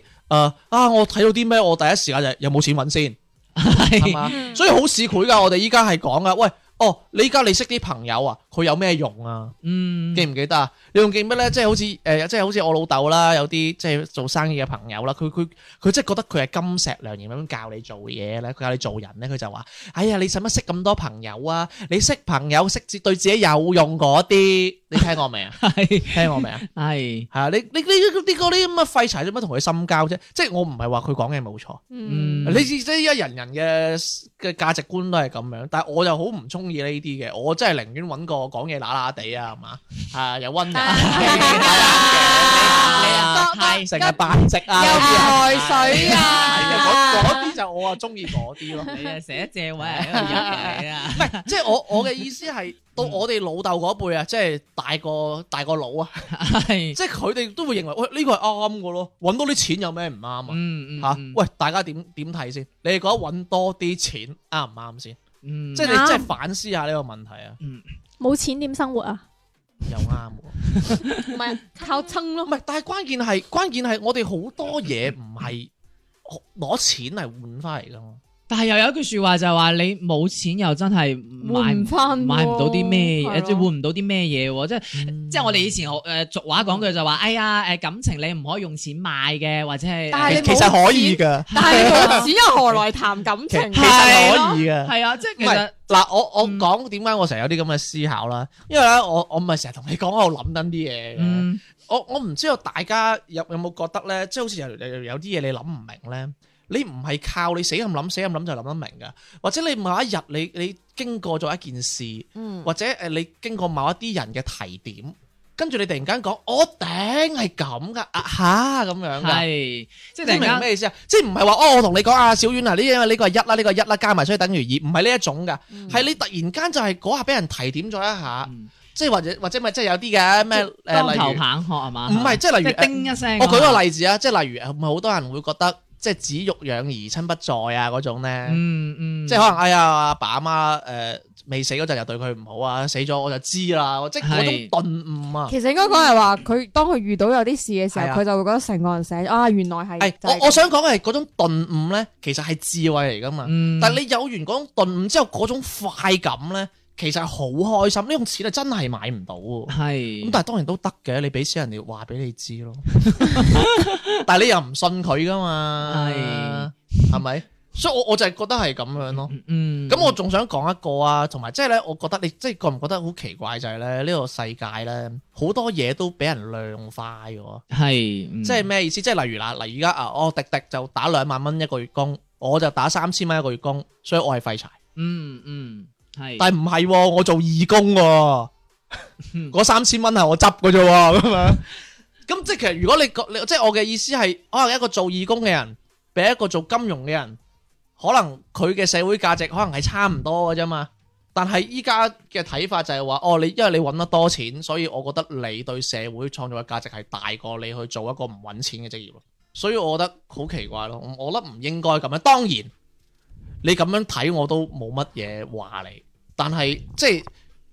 S1: 啊！我睇到啲咩，我第一時間就有冇錢揾先。係嘛？所以好市儈噶，我哋依家係講噶，喂，哦，你依家你識啲朋友啊，佢有咩用啊？
S2: 嗯？
S1: 記唔記得啊？你仲記唔記得咧？即係好似誒、呃即係好似我老豆啦，有啲即係做生意嘅朋友啦，佢佢佢即係覺得佢係金石良言咁樣教你做嘢咧，佢教你做人咧，佢就話：哎呀，你使乜識咁多朋友啊？你識朋友識至對自己有用嗰啲，你聽過未啊
S2: 係
S1: 聽過未啊？
S2: 係
S1: 係啊，你你你你嗰啲咁嘅廢柴做乜同佢深交啫？即係我唔係話佢講嘅冇錯。
S5: 嗯，
S2: 嗯
S1: 你知即係一人人嘅嘅價值觀都係咁樣，但係我就好唔中意呢啲嘅，我真係寧願揾個講嘢乸乸地啊，係嘛？啊，有 温柔嘅，
S2: 啊係
S1: 成日扮直啊，
S5: 又
S1: 嗰
S5: 排水啊，
S1: 啲嗰啲就我啊中意嗰啲 咯。
S2: 你啊寫借位係一個人嚟啊，
S1: 即係我我嘅意思係到我哋老豆嗰輩啊，即係大個大個佬啊，
S2: 係
S1: 即係佢哋都會認為喂呢個係啱嘅咯，揾多啲錢有咩唔啱啊？
S2: 嗯嗯
S1: 嚇
S2: 嗯，
S1: 喂，大家點點睇先？你哋覺得揾多啲錢啱唔啱先？
S2: 嗯
S1: 即係你
S4: 啱
S1: 即係反思下呢個問題啊，
S4: 冇錢點生活啊？
S1: 又啱喎。
S5: 唔係靠撐
S1: 唔
S5: 咯，
S1: 係，但係關鍵係關鍵係我哋好多嘢唔係攞錢嚟換翻嚟噶嘛。
S2: 但係又有一句说話就係話你冇錢又真係買
S5: 換唔返喎
S2: 買唔到啲咩
S5: 係
S2: 嘢，
S5: 咯
S2: 即係換唔到啲咩嘢喎，即係。
S1: 嗯
S2: 即係我哋以前學誒俗話講句就話，哎呀誒感情你唔可以用錢買嘅，或者係
S5: 但係你
S1: 其
S5: 冇
S1: 實可以㗎，
S5: 但係啊你冇錢又何來談感
S1: 其
S5: 情？
S1: 其實可以㗎。
S2: 係啊，即係
S1: 唔
S2: 其
S1: 係
S2: 實
S1: 嗱，我我
S2: 嗯
S1: 講點解我成日有啲咁嘅思考啦，因為咧我我唔係成日同你講我喺度諗緊啲嘢嘅，
S2: 嗯
S1: 我我唔知道大家有有冇覺得咧，即係好似有有有啲嘢你諗唔明咧，你唔係靠你死咁諗死咁諗就諗得明噶，或者你某一日你你經過咗一件事，
S5: 嗯
S1: 或者誒你經過某一啲人嘅提點，跟住你突然間講我頂係咁噶啊嚇咁樣㗎。
S2: 係即
S1: 即
S2: 係
S1: 係
S2: 突
S1: 你明
S2: 然間
S1: 咩意思啊？即係唔係話哦，我同你講啊，小婉啊，呢因為呢個係一啦，呢個係一啦，加埋所以等於二，唔係呢一種噶，係你突然間就係嗰下俾人提點咗一下，
S2: 嗯
S1: 即係或者或者咪即係有啲嘅啊咩
S2: 當
S1: 誒，
S2: 頭
S1: 例
S2: 棒喝係嘛？
S1: 如唔係即係
S2: 即
S1: 例
S2: 係
S1: 如呃
S2: 叮一聲。
S1: 我舉個例子啊，即係例如唔係好多人會覺得即係子欲養而親不在啊嗰種咧。
S2: 嗯嗯，
S1: 即係可能哎呀阿爸阿媽誒未死嗰陣又對佢唔好啊，死咗我就知啦，即係嗰
S2: 係
S1: 種頓悟啊。
S5: 其實應該講係話佢當佢遇到有啲事嘅時候，
S1: 係啊
S5: 佢就會覺得成個人醒啊，原來係
S1: 係
S5: 就係咁
S1: 我我想講嘅係嗰種頓悟咧，其實係智慧嚟噶嘛。
S2: 嗯，
S1: 但係你有完嗰種頓悟之後嗰種快感咧，其實係好開心。呢種錢係真係買唔到喎。咁
S2: 係
S1: 但係當然都得嘅，你俾錢人哋話俾你知咯。 但係你又唔信佢噶嘛？係咪？所以我我就係覺得係咁樣咯。
S2: 嗯，
S1: 咁我仲想講一個啊，同埋即係咧，我覺得你即係覺唔覺得好奇怪就係咧，呢個世界咧好多嘢都俾人量化嘅喎。
S2: 係嗯
S1: 即係咩意思？即係例如嗱，例如而家啊，我迪迪就打兩萬蚊一個月工，我就打三千蚊一個月工，所以我係廢柴。
S2: 嗯嗯係，
S1: 但係唔係喎，我做義工喎，
S2: 嗯
S1: 嗰三千蚊係我執嘅啫喎，咁樣。咁即係其實如果你覺你即係我嘅意思係，可能一個做義工嘅人，比一個做金融嘅人，可能佢嘅社會價值可能係差唔多嘅啫嘛。但係依家嘅睇法就係話，哦，你因為你揾得多錢，所以我覺得你對社會創造嘅價值係大過你去做一個唔揾錢嘅職業咯。所以我覺得好奇怪咯，我我覺得唔應該咁樣。當然，你咁樣睇我都冇乜嘢話你。但係即係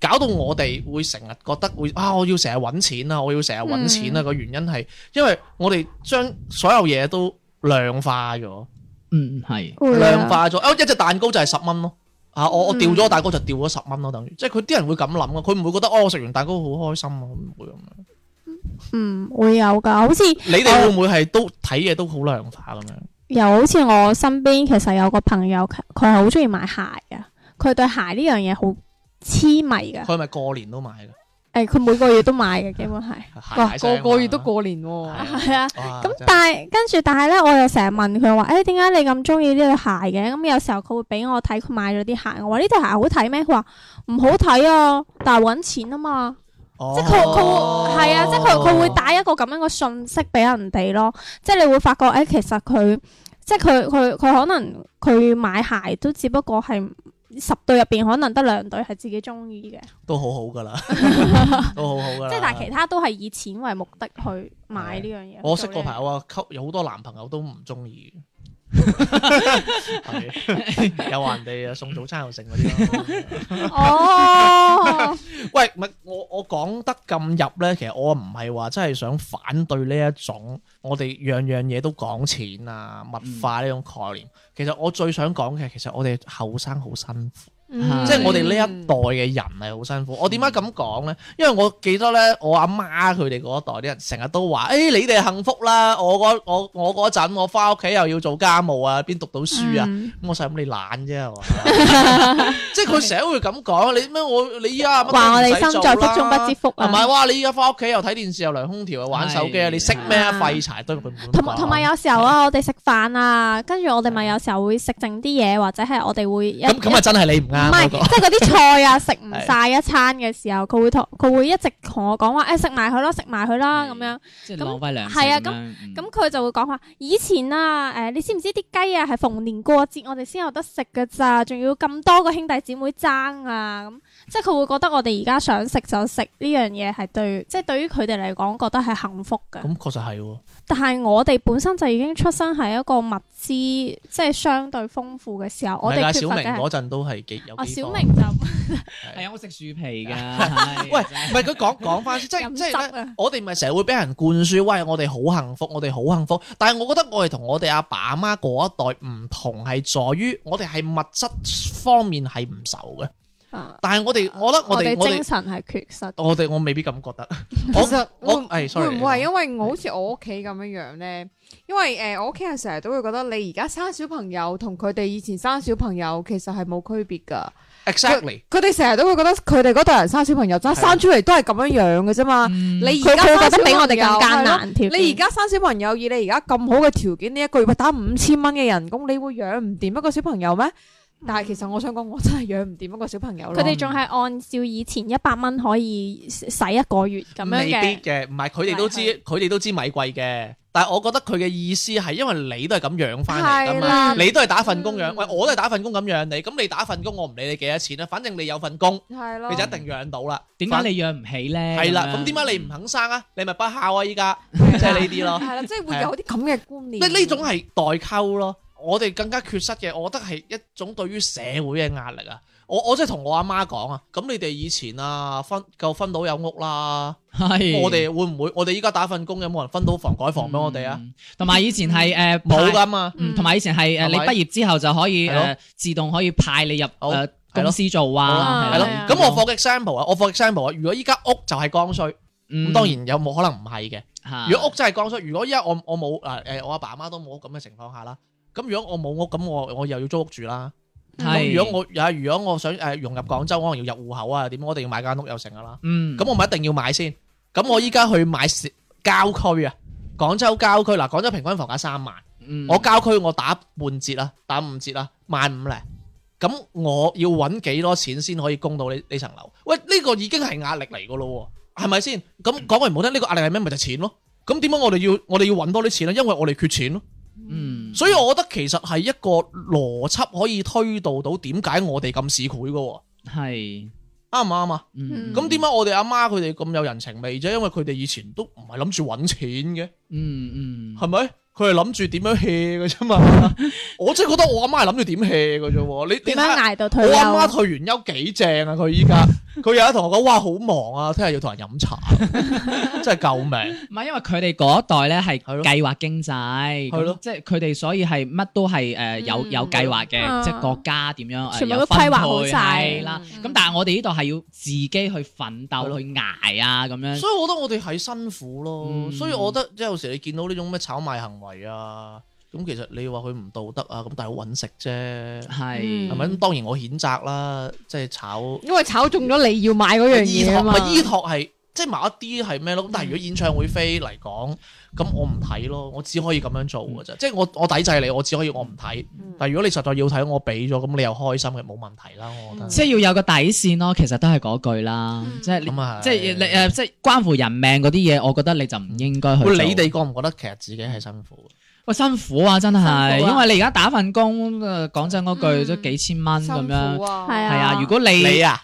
S1: 搞到我哋會成日覺得會啊，我要成日揾錢啊，我要成日揾錢啊。個、原因係因為我哋將所有嘢都量化咗，
S2: 嗯係
S5: 會啊
S1: 量化咗。哦，一隻蛋糕就係十蚊咯。啊！我我
S5: 嗯
S1: 掉咗個蛋糕就掉咗十蚊咯，等於即係佢啲人會咁諗嘅，佢唔會覺得哦，我食完蛋糕好開心啊，唔會咁樣。
S4: 嗯，會有㗎，好似
S1: 你哋會唔會係都睇嘢都好量化咁樣？
S4: 又好似我身邊其實有個朋友，佢佢係好中意買鞋嘅，佢對鞋呢樣嘢好痴迷㗎。
S1: 佢係咪過年都買
S4: 誒，
S1: 㗎？
S4: 佢每個月都買嘅，基本係。
S5: 哇，個
S1: 鞋聲
S5: 個月都
S1: 啊
S5: 過年喎。
S1: 係
S4: 係啊。咁
S1: 哇真係
S4: 但係跟住，但係咧，我又成日問佢話：，誒點解你咁中意呢對鞋嘅？咁有時候佢會俾我睇佢買咗啲鞋，我話呢對鞋好睇咩？佢話唔好睇啊，但係揾錢啊嘛。即係佢佢
S1: 哦
S4: 會係啊，即係佢佢會打一個咁樣嘅信息俾人哋咯。即係你會發覺，誒、其實佢即係佢佢佢可能佢買鞋都只不過係十對入邊可能得兩對係自己中意嘅，
S1: 都好好 噶啦，都好好噶啦。
S4: 即係但係其他都係以錢為目的去買呢樣嘢。
S1: 我識個朋
S4: 排
S1: 友啊，溝有好多男朋友都唔 中意嘅，係有話人哋啊送早餐又剩嗰啲咯。
S4: 哦，
S1: 喂，唔係我我講得咁入咧，其實我唔係話真係想反對呢一種我哋樣樣嘢都講錢啊物化呢種概念。其實我最想講嘅，其實我哋後生好辛苦。
S5: 嗯
S1: 即係我哋呢一代嘅人係好辛苦。我點解咁講呢？因為我記得呢，我阿媽佢哋嗰一代啲人成日都話：，誒、哎你哋幸福啦！我嗰我我嗰陣我翻屋企又要做家務啊，邊讀到書啊？
S4: 嗯
S1: 咁我細諗你懶啫 係嘛即係佢成日會咁講，你咩我你依家乜都唔使
S4: 話我哋心在
S1: 做啦
S4: 福中不知福啊
S1: 係咪？哇！你依家翻屋企又睇電視又涼空調又玩手機啊，
S2: 係
S1: 你識咩啊？
S4: 係
S1: 廢柴都佢唔會咁
S4: 同埋
S1: 講
S4: 同埋有時候啊，我哋食飯啊，跟住我哋咪有時候會食剩啲嘢，或者係我哋會一
S1: 咁咁啊，真係你唔
S4: 唔
S1: 啱
S4: 係，
S1: 嗰
S4: 即
S1: 個
S4: 係嗰啲菜啊，食唔
S1: 係
S4: 晒一餐嘅時候，佢會同佢會一直同我講話，誒食埋佢啦，食埋佢啦
S1: 嗯
S2: 係
S4: 咁樣。
S2: 即係
S4: 咁
S2: 浪費糧食
S4: 係啊
S2: 咁樣嗯
S4: 咁佢就會講話，以前啊，誒你知唔知啲雞啊係逢年過節我哋先有得食㗎咋，仲要咁多個兄弟姊妹爭啊咁，即係佢會覺得我哋而家想食就食呢樣嘢係對，即係對於佢哋嚟講覺得係幸福嘅。
S1: 咁確實係喎。
S4: 但係我哋本身就已經出生喺一個物資即係相對豐富嘅時候，我
S1: 唔係
S4: 哋
S1: 㗎
S4: 缺
S1: 小
S4: 乏
S1: 明
S4: 嘅係
S1: 嗰陣都係幾有
S4: 哦，
S1: 幾
S4: 小
S1: 個
S4: 明就
S2: 系啊，我食樹皮噶。
S1: 喂，
S2: 係
S1: 唔係佢 講講翻先，即係
S4: 飲
S1: 即係
S4: 汁
S1: 咧
S4: 啊，
S1: 我哋咪成日會俾人灌輸，喂，我哋好幸福，我哋好幸福。但係我覺得我哋同我哋阿爸阿媽嗰一代唔同，係在於我哋係物質方面係唔愁嘅。
S4: 啊
S1: 但係我哋，我覺得我
S4: 我
S1: 哋
S4: 哋
S1: 我
S4: 精
S1: 哋
S4: 神係缺失。
S1: 我哋我未必咁覺 得。
S5: 其實會
S1: 我我係 sorry，
S5: 會
S1: 你
S5: 唔
S1: 講
S5: 會係因為呃我好似我屋企咁樣樣咧？因為誒、呃我屋企人成日都會覺得你而家生小朋友同佢哋以前生小朋友其實係冇區別㗎。
S1: exactly
S5: 佢哋成日都會覺得佢哋嗰代人生小朋友，真係
S1: 係
S5: 生出嚟都係咁樣樣嘅啫嘛。
S1: 啊
S2: 嗯
S5: 你
S4: 佢
S5: 而家
S4: 佢覺
S5: 生
S4: 得比我哋
S5: 小
S4: 更
S5: 朋友
S4: 艱。難
S5: 係
S4: 添。
S5: 咯你而家生小朋友，以你而家咁好嘅條件，你一個月打五千蚊嘅人工，你會養唔掂一個小朋友咩？但係其實我想講，我真係養唔掂一個小朋友
S4: 佢
S5: 咯。
S4: 哋仲係按照以前一百蚊可以使一個月咁樣
S1: 未
S4: 嘅，
S1: 必嘅，唔係佢哋都知，
S4: 係
S1: 佢哋都知米貴嘅。但係我覺得佢嘅意思係因為你都係咁養翻嚟㗎
S5: 係
S1: 嘛。
S5: 啦，
S1: 你都係打份工養，
S5: 嗯
S1: 喂，我都係打份工咁養你，咁你打份工我唔理你幾多錢啦，反正你有份工，
S5: 係咯，
S1: 你就一定養到啦。
S2: 點解你養唔起
S5: 嗯
S2: 咧？
S1: 係啦，
S2: 樣
S1: 咁點解你唔肯生啊？你咪不孝啊！依家
S5: 係啦
S1: 即係呢啲咯，
S5: 係啦，即係會有啲咁嘅觀念。
S1: 呢呢種係代溝咯。我哋更加缺失嘅，我覺得係一種對於社會嘅壓力啊！我我即係同我阿媽講啊，咁你哋以前啊分夠分到有屋啦，
S2: 係
S1: 我哋會唔會我哋依家打份工有冇人分到房改房俾我哋啊？
S2: 嗯？同埋以前係誒
S1: 冇噶嘛，
S2: 嗯，同埋以前係誒
S1: 係
S2: 你
S1: 咪
S2: 畢業之後就可以
S1: 係咯
S2: 誒自動可以派你入
S1: 好
S2: 誒
S1: 係咯
S2: 公司做啊，
S4: 好
S1: 係
S4: 係
S1: 咯
S4: 啊。
S1: 咁我 for example 啊，我 for example 啊，如果依家屋就係剛需，咁
S2: 咁
S1: 當然有冇可能唔係嘅？
S2: 然
S1: 如果屋真係剛需，如果依家我我冇嗱誒，我阿爸阿媽都冇屋咁嘅情況下啦，咁如果我冇屋，咁我我又要租屋住啦。咁如果我啊，如果我想誒融入廣州，可能要入户口啊，點我一定要買間屋又成噶啦。
S2: 嗯
S1: 咁我咪一定要買先。咁我依家去買市郊區啊，廣州郊區嗱，廣州平均房價三萬，
S2: 嗯
S1: 我郊區我打半折啦，打五折啦，萬五咧。咁我要揾幾多錢先可以供到呢呢層樓？喂，呢個已經係壓力嚟噶咯喎，係咪先？咁講句唔好聽，呢個壓力係咩？咪就係錢咯。咁點解我哋要我哋要揾多啲錢咧？因為我哋缺錢咯。
S2: 嗯
S1: 所以我覺得其實係一個邏輯可以推導到點解我哋咁市儈嘅喎，
S2: 係
S1: 啱唔啱啊？
S2: 嗯
S1: 咁點解我哋阿媽佢哋咁有人情味啫？因為佢哋以前都唔係諗住揾錢嘅，
S2: 嗯嗯
S1: 係咪？佢係諗住點樣 hea 嘅啫嘛。我真係覺得我阿媽係諗住點 hea 嘅啫喎。你你
S4: 點
S1: 睇
S4: 樣啊
S1: 下
S4: 捱到退
S1: 我阿媽
S4: 休？
S1: 退完休幾正啊！佢依家佢有一同我講，哇好忙啊，聽日要同人飲茶，真係救命！
S2: 唔係因為佢哋嗰一代咧係
S1: 係咯
S2: 計劃經濟，
S1: 係咯
S2: 咁即係佢哋所以係乜都係誒有
S5: 嗯
S2: 有計劃嘅，
S4: 啊
S2: 即係國家點樣誒
S4: 全部
S2: 有
S4: 都
S2: 分
S4: 規劃好
S2: 配
S4: 晒
S2: 係啦。
S5: 嗯
S2: 咁但係我哋呢度係要自己去奮
S1: 係咯
S2: 鬥去捱啊咁樣。
S1: 所以我覺得我哋係辛苦咯，
S2: 嗯
S1: 所以我覺得即係有時你見到呢種咩炒賣行為啊，咁其實你話佢唔道德啊，咁但係揾食啫，
S2: 係
S4: 嗯
S1: 係咪、咁當然我譴責啦，即係炒
S5: 因為炒中咗你要買嗰樣
S1: 依
S5: 嘢
S1: 托，
S5: 啊
S1: 唔
S5: 嘛。
S1: 係依托係即係某一啲係咩咯？咁但係如果演唱會飛嚟講，咁我唔睇咯，我只可以咁樣做嘅啫，
S2: 嗯
S1: 即係我我抵制你，我只可以我唔睇。
S5: 嗯
S1: 但係如果你實在要睇，我俾咗，咁你又開心嘅冇問題啦，我覺得。
S2: 即係要有個底線咯，其實都係嗰句啦，
S4: 嗯
S2: 即係你
S1: 咁啊係，
S2: 即係你誒，即係關乎人命嗰啲嘢，我覺得你就唔應該去做。
S1: 喂你哋覺唔覺得其實自己係辛苦？
S2: 喂辛苦啊，真係，
S4: 辛苦啊
S2: 因為你而家打份工，誒講真嗰句
S5: 嗯
S2: 都幾千蚊咁樣，
S5: 啊
S4: 係
S2: 係
S4: 啊
S2: 啊。如果你
S1: 你啊，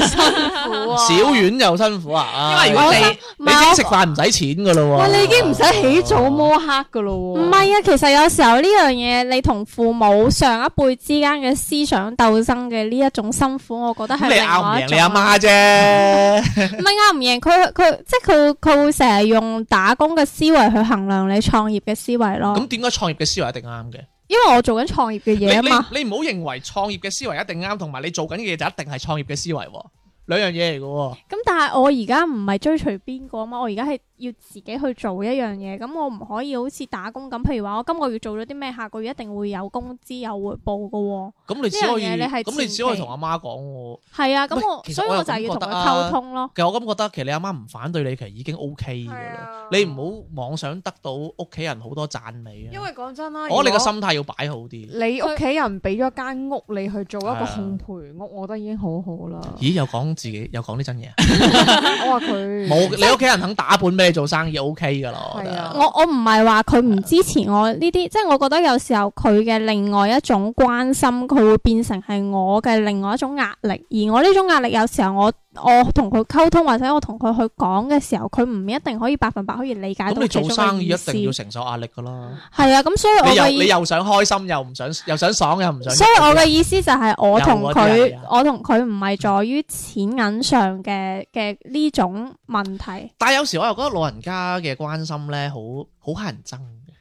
S5: 苦
S1: 小丸又辛苦啊，
S2: 因為如果
S1: 唉
S2: 你
S4: 唔
S1: 你已經食飯唔使錢噶咯喎！
S5: 喂，你已經唔使起早摸黑噶咯
S4: 唔
S5: 喎。
S4: 係啊，其實有時候呢樣嘢，你同父母上一輩之間嘅思想鬥爭嘅呢一種辛苦，我覺得係啊
S1: 咁你
S4: 另
S1: 拗唔
S4: 外一
S1: 贏
S4: 種
S1: 你阿媽啫，
S4: 唔係拗唔贏佢，佢即係佢佢會成日用打工嘅思維去衡量你創業嘅思維咯。
S1: 咁點解創業嘅思維一定啱嘅？
S4: 因為我做緊創業嘅嘢啊
S1: 你
S4: 嘛，
S1: 你你唔好認為創業嘅思維一定啱，同埋你做緊嘅嘢就一定係創業嘅思維喎，兩樣嘢嚟嘅喎。
S4: 咁但係我而家唔係追隨邊個啊嘛，我而家係要自己去做一樣嘢，咁我唔可以好似打工咁。譬如話我今個月做咗啲咩，下個月一定會有工資有回報噶喎。
S1: 咁你只可以，
S4: 呢樣嘢你係
S1: 咁你只可
S4: 前
S1: 以
S4: 期
S1: 同阿媽講喎。
S4: 係啊，咁
S1: 喂
S4: 我
S1: 其實
S4: 所以
S1: 我又
S4: 我就係要
S1: 咁覺
S4: 同
S1: 得
S4: 佢溝
S1: 啊
S4: 通咯。
S1: 其實我咁覺得，其實你阿媽唔反對你，其實已經 OK 嘅
S5: 係
S1: 啦
S5: 啊。
S1: 你唔好妄想得到屋企人好多讚美啊。
S5: 因為講真啦，
S1: 我覺得你
S5: 如果
S1: 個心態要擺好啲。
S5: 你屋企人俾咗間屋你去做一
S1: 係
S5: 個
S1: 啊
S5: 烘焙屋，我覺得已經好好啦。
S1: 咦？又講自己，又講啲真嘢啊。
S5: 我話佢
S1: 冇，你屋企人肯打本俾你做生意，OK 噶啦。我覺
S5: 係啊
S1: 得。
S4: 我我唔嗯係話佢唔支持我呢啲，即係我覺得有時候佢嘅另外一種關心，佢會變成係我嘅另外一種壓力，而我呢種壓力有時候我我同佢溝通或者我同佢去講嘅時候，佢唔一定可以百分百可以理解
S1: 咁
S4: 到
S1: 你
S4: 其
S1: 做
S4: 中嘅
S1: 生意
S4: 意
S1: 一
S4: 思。
S1: 定要承受壓力噶啦。
S4: 係啊，咁所以 我
S1: 你又
S4: 嘅
S1: 你
S4: 意，
S1: 又想開心，又唔想又想爽，又唔想。啊
S4: 所以我嘅意思就係我同
S1: 有嗰啲
S4: 佢
S1: 人，啊
S4: 我同佢唔係在於錢銀上嘅嘅呢種問題。
S1: 但係有時我又覺得老人家嘅關心咧，好好乞人憎嘅。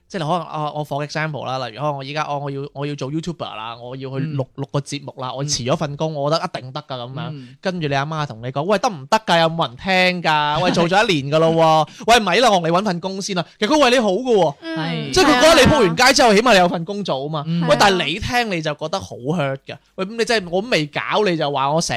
S1: 即係你可能啊，我 for example 啦，例如可能我依家哦，我要我要做 YouTuber 啦，我要去
S2: 嗯
S1: 錄錄個節目啦，我
S2: 嗯
S1: 辭咗份工，我覺得一定得㗎咁樣。
S2: 嗯
S1: 跟住你阿媽同你講：喂，得唔得㗎？有冇人聽㗎？喂，做咗一年㗎咯喎，喂，咪啦，我同你揾份工先啦。啊其實佢為你好㗎喎，
S4: 嗯，
S1: 即係啊佢覺得你鋪完街之後，起碼你有份工做啊嘛。
S2: 嗯
S1: 喂，
S4: 係啊
S1: 但係你聽你就覺得好 hurt 㗎。喂，咁你真係我未搞你就話我 死，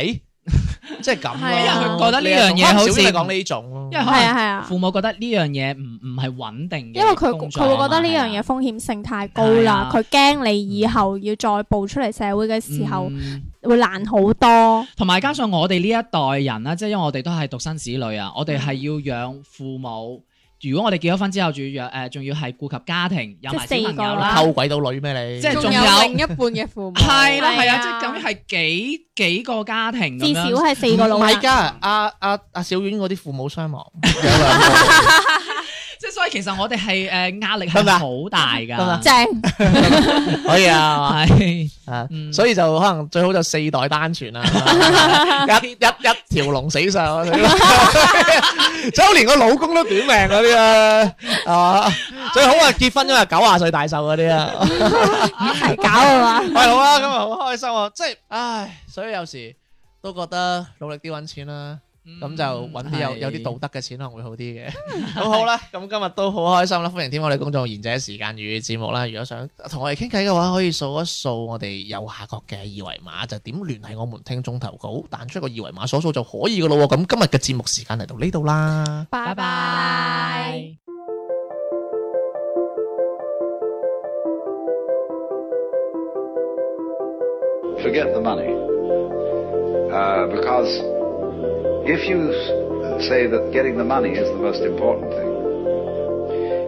S1: 即係咁咯。
S4: 係啊
S2: 佢覺得呢樣嘢
S1: 可能
S2: 好似
S1: 小啲講呢種咯。
S2: 因為可
S4: 係
S2: 能
S4: 啊係啊，
S2: 父母覺得呢樣嘢唔唔係穩定嘅
S4: 因為佢
S2: 工
S4: 佢
S2: 作啊嘛，
S4: 會覺得呢樣
S2: 係
S4: 嘢
S2: 啊
S4: 風險性太高
S2: 係
S4: 啦
S2: 啊，
S4: 佢驚你以後要再步出嚟社會嘅時候
S2: 嗯
S4: 會難好多。
S2: 同埋加上我哋呢一代人啦，即係因為我哋都係獨生子女啊，我哋係要養父母。如果我哋結咗婚之後，仲要養誒，仲要係顧及家庭，有埋小
S4: 即
S2: 朋友
S4: 係四個啦
S2: 啦
S1: 偷，鬼到女咩你？
S2: 即係
S5: 仲
S2: 仲
S5: 有
S2: 有
S5: 另一半嘅父母，
S2: 係啦係
S4: 係
S2: 啊，
S4: 啊
S2: 即係咁樣係幾幾個家庭咁
S4: 至少
S2: 樣。
S4: 係四個老
S1: 唔
S4: 人
S1: 係㗎，阿阿阿小丸嗰啲父母雙 亡，有兩個
S2: 即係所以其實我哋係誒壓力
S1: 得唔得
S2: 係好大
S1: 得唔得
S2: 㗎，
S4: 正，
S1: 可以啊。
S2: 係
S1: 啊
S2: 嗯
S1: 所以就可能最好就四代單傳啦， 一一一條龍死晒我哋， 最好連個老公都短命嗰啲啊，啊，最好啊結婚咗啊九廿歲大壽嗰啲啊，
S4: 係搞 啊嘛。
S1: 喂好啊，今日好開心啊，即係唉，所以有時都覺得努力啲揾錢啦。
S2: 嗯
S1: 咁就揾啲有有啲道德嘅錢可能會好啲嘅。 咁好啦，咁今日都好開心啦，歡迎添加我哋公眾號賢者時間與節目啦。如果想同我哋傾偈嘅話，可以掃一掃我哋右下角嘅二維碼，就點聯繫我們聽眾投稿，彈出個二維碼掃一掃就可以噶咯喎。咁今日嘅節目時間嚟到呢度啦。
S5: 拜
S2: 拜
S5: 拜
S2: 拜。。
S7: Forget the money. Uh, because if you s- say that getting the money is the most important thing,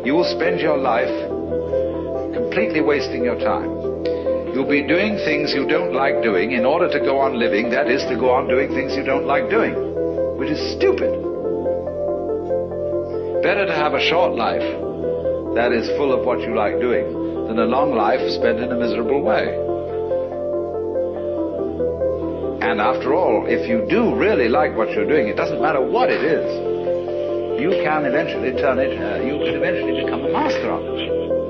S7: you will spend your life completely wasting your time. You'll be doing things you don't like doing in order to go on living, that is, to go on doing things you don't like doing, which is stupid. Better to have a short life that is full of what you like doing than a long life spent in a miserable way. And after all, if you do really like what you're doing, it doesn't matter what it is. You can eventually turn it, uh, you can eventually become a master of it.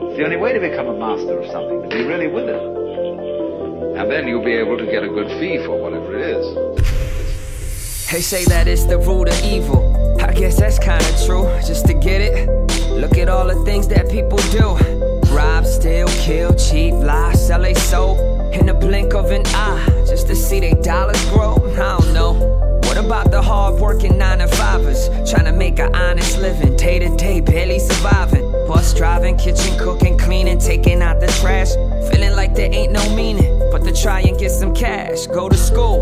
S7: It's the only way to become a master of something, to be really with it. And then you'll be able to get a good fee for whatever it is.
S8: They say that it's the root of evil. I guess that's kinda true, just to get it. Look at all the things that people do rob, steal, kill, cheat, lie, sell a soul in the blink of an eye, just to see their dollars grow. I don't know. What about the hard working nine to fivers? Trying to make an honest living, day to day, barely surviving. Bus driving, kitchen cooking, cleaning, taking out the trash. Feeling like there ain't no meaning, but to try and get some cash. Go to school,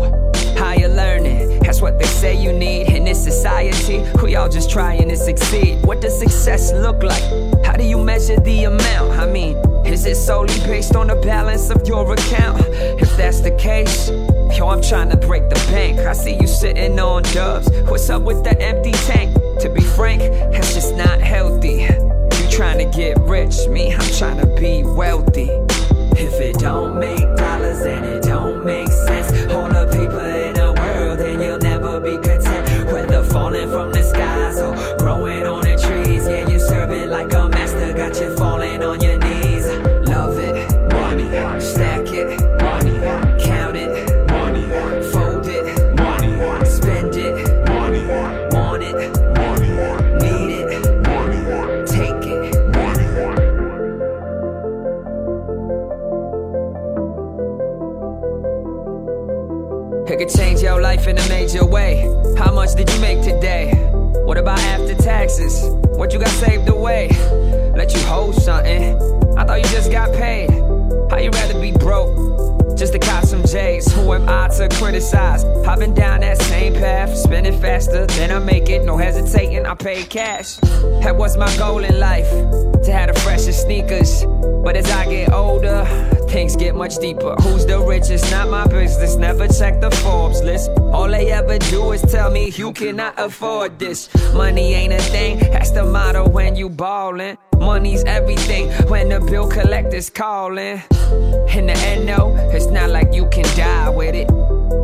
S8: Higher learning, that's what they say you need in this society. We all just trying to succeed. What does success look like? How do you measure the amount? I mean, is it solely based on the balance of your account? If that's the case, yo, I'm trying to break the bank. I see you sitting on dubs. What's up with the empty tank? To be frank, that's just not healthy. You trying to get rich, me, I'm trying to be wealthy. If it don't make dollars and it don't make sense, all the people in the world, then you'll never be content. Whether falling from the skies or growing on the trees, yeah, you serve it like a master, got you falling on your knees. Love it, money, stack it, money, count it, money, fold it, money, spend it, money, want it, money, need it, money, take it, It could change your life in a major way. How much did you make today? What about after taxes? What you got saved away? Let you hold something. I thought you just got paid. How you rather be broke? Just to cop some J's. Who am I to criticize? I've been down that same path. path, spinning faster than I make it. No hesitating, I pay cash. That was my goal in life to have the freshest sneakers. But as I get older, things get much deeper. Who's the richest? Not my business. Never check the Forbes list. All they ever do is tell me you cannot afford this. Money ain't a thing. That's the motto when you ballin'. Money's everything when the bill collector's calling. In the end, no, it's not like you can die with it.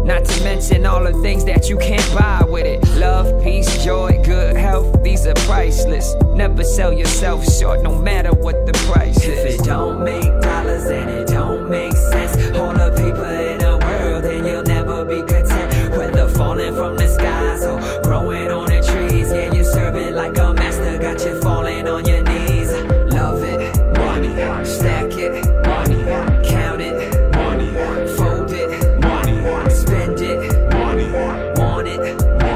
S8: Not to mention all the things that you can't buy with it. Love, peace, joy, good health, these are priceless. Never sell yourself short, no matter what the price is. If it don't make dollars and it don't make sense, all the people in the world, then you'll never be content. Whether falling from the skies or growing on the trees, yeah, you're serving like a master, got you falling on your knees. Love it, money, stack it, money, count it, money, fold it, money, spend it, money, want it.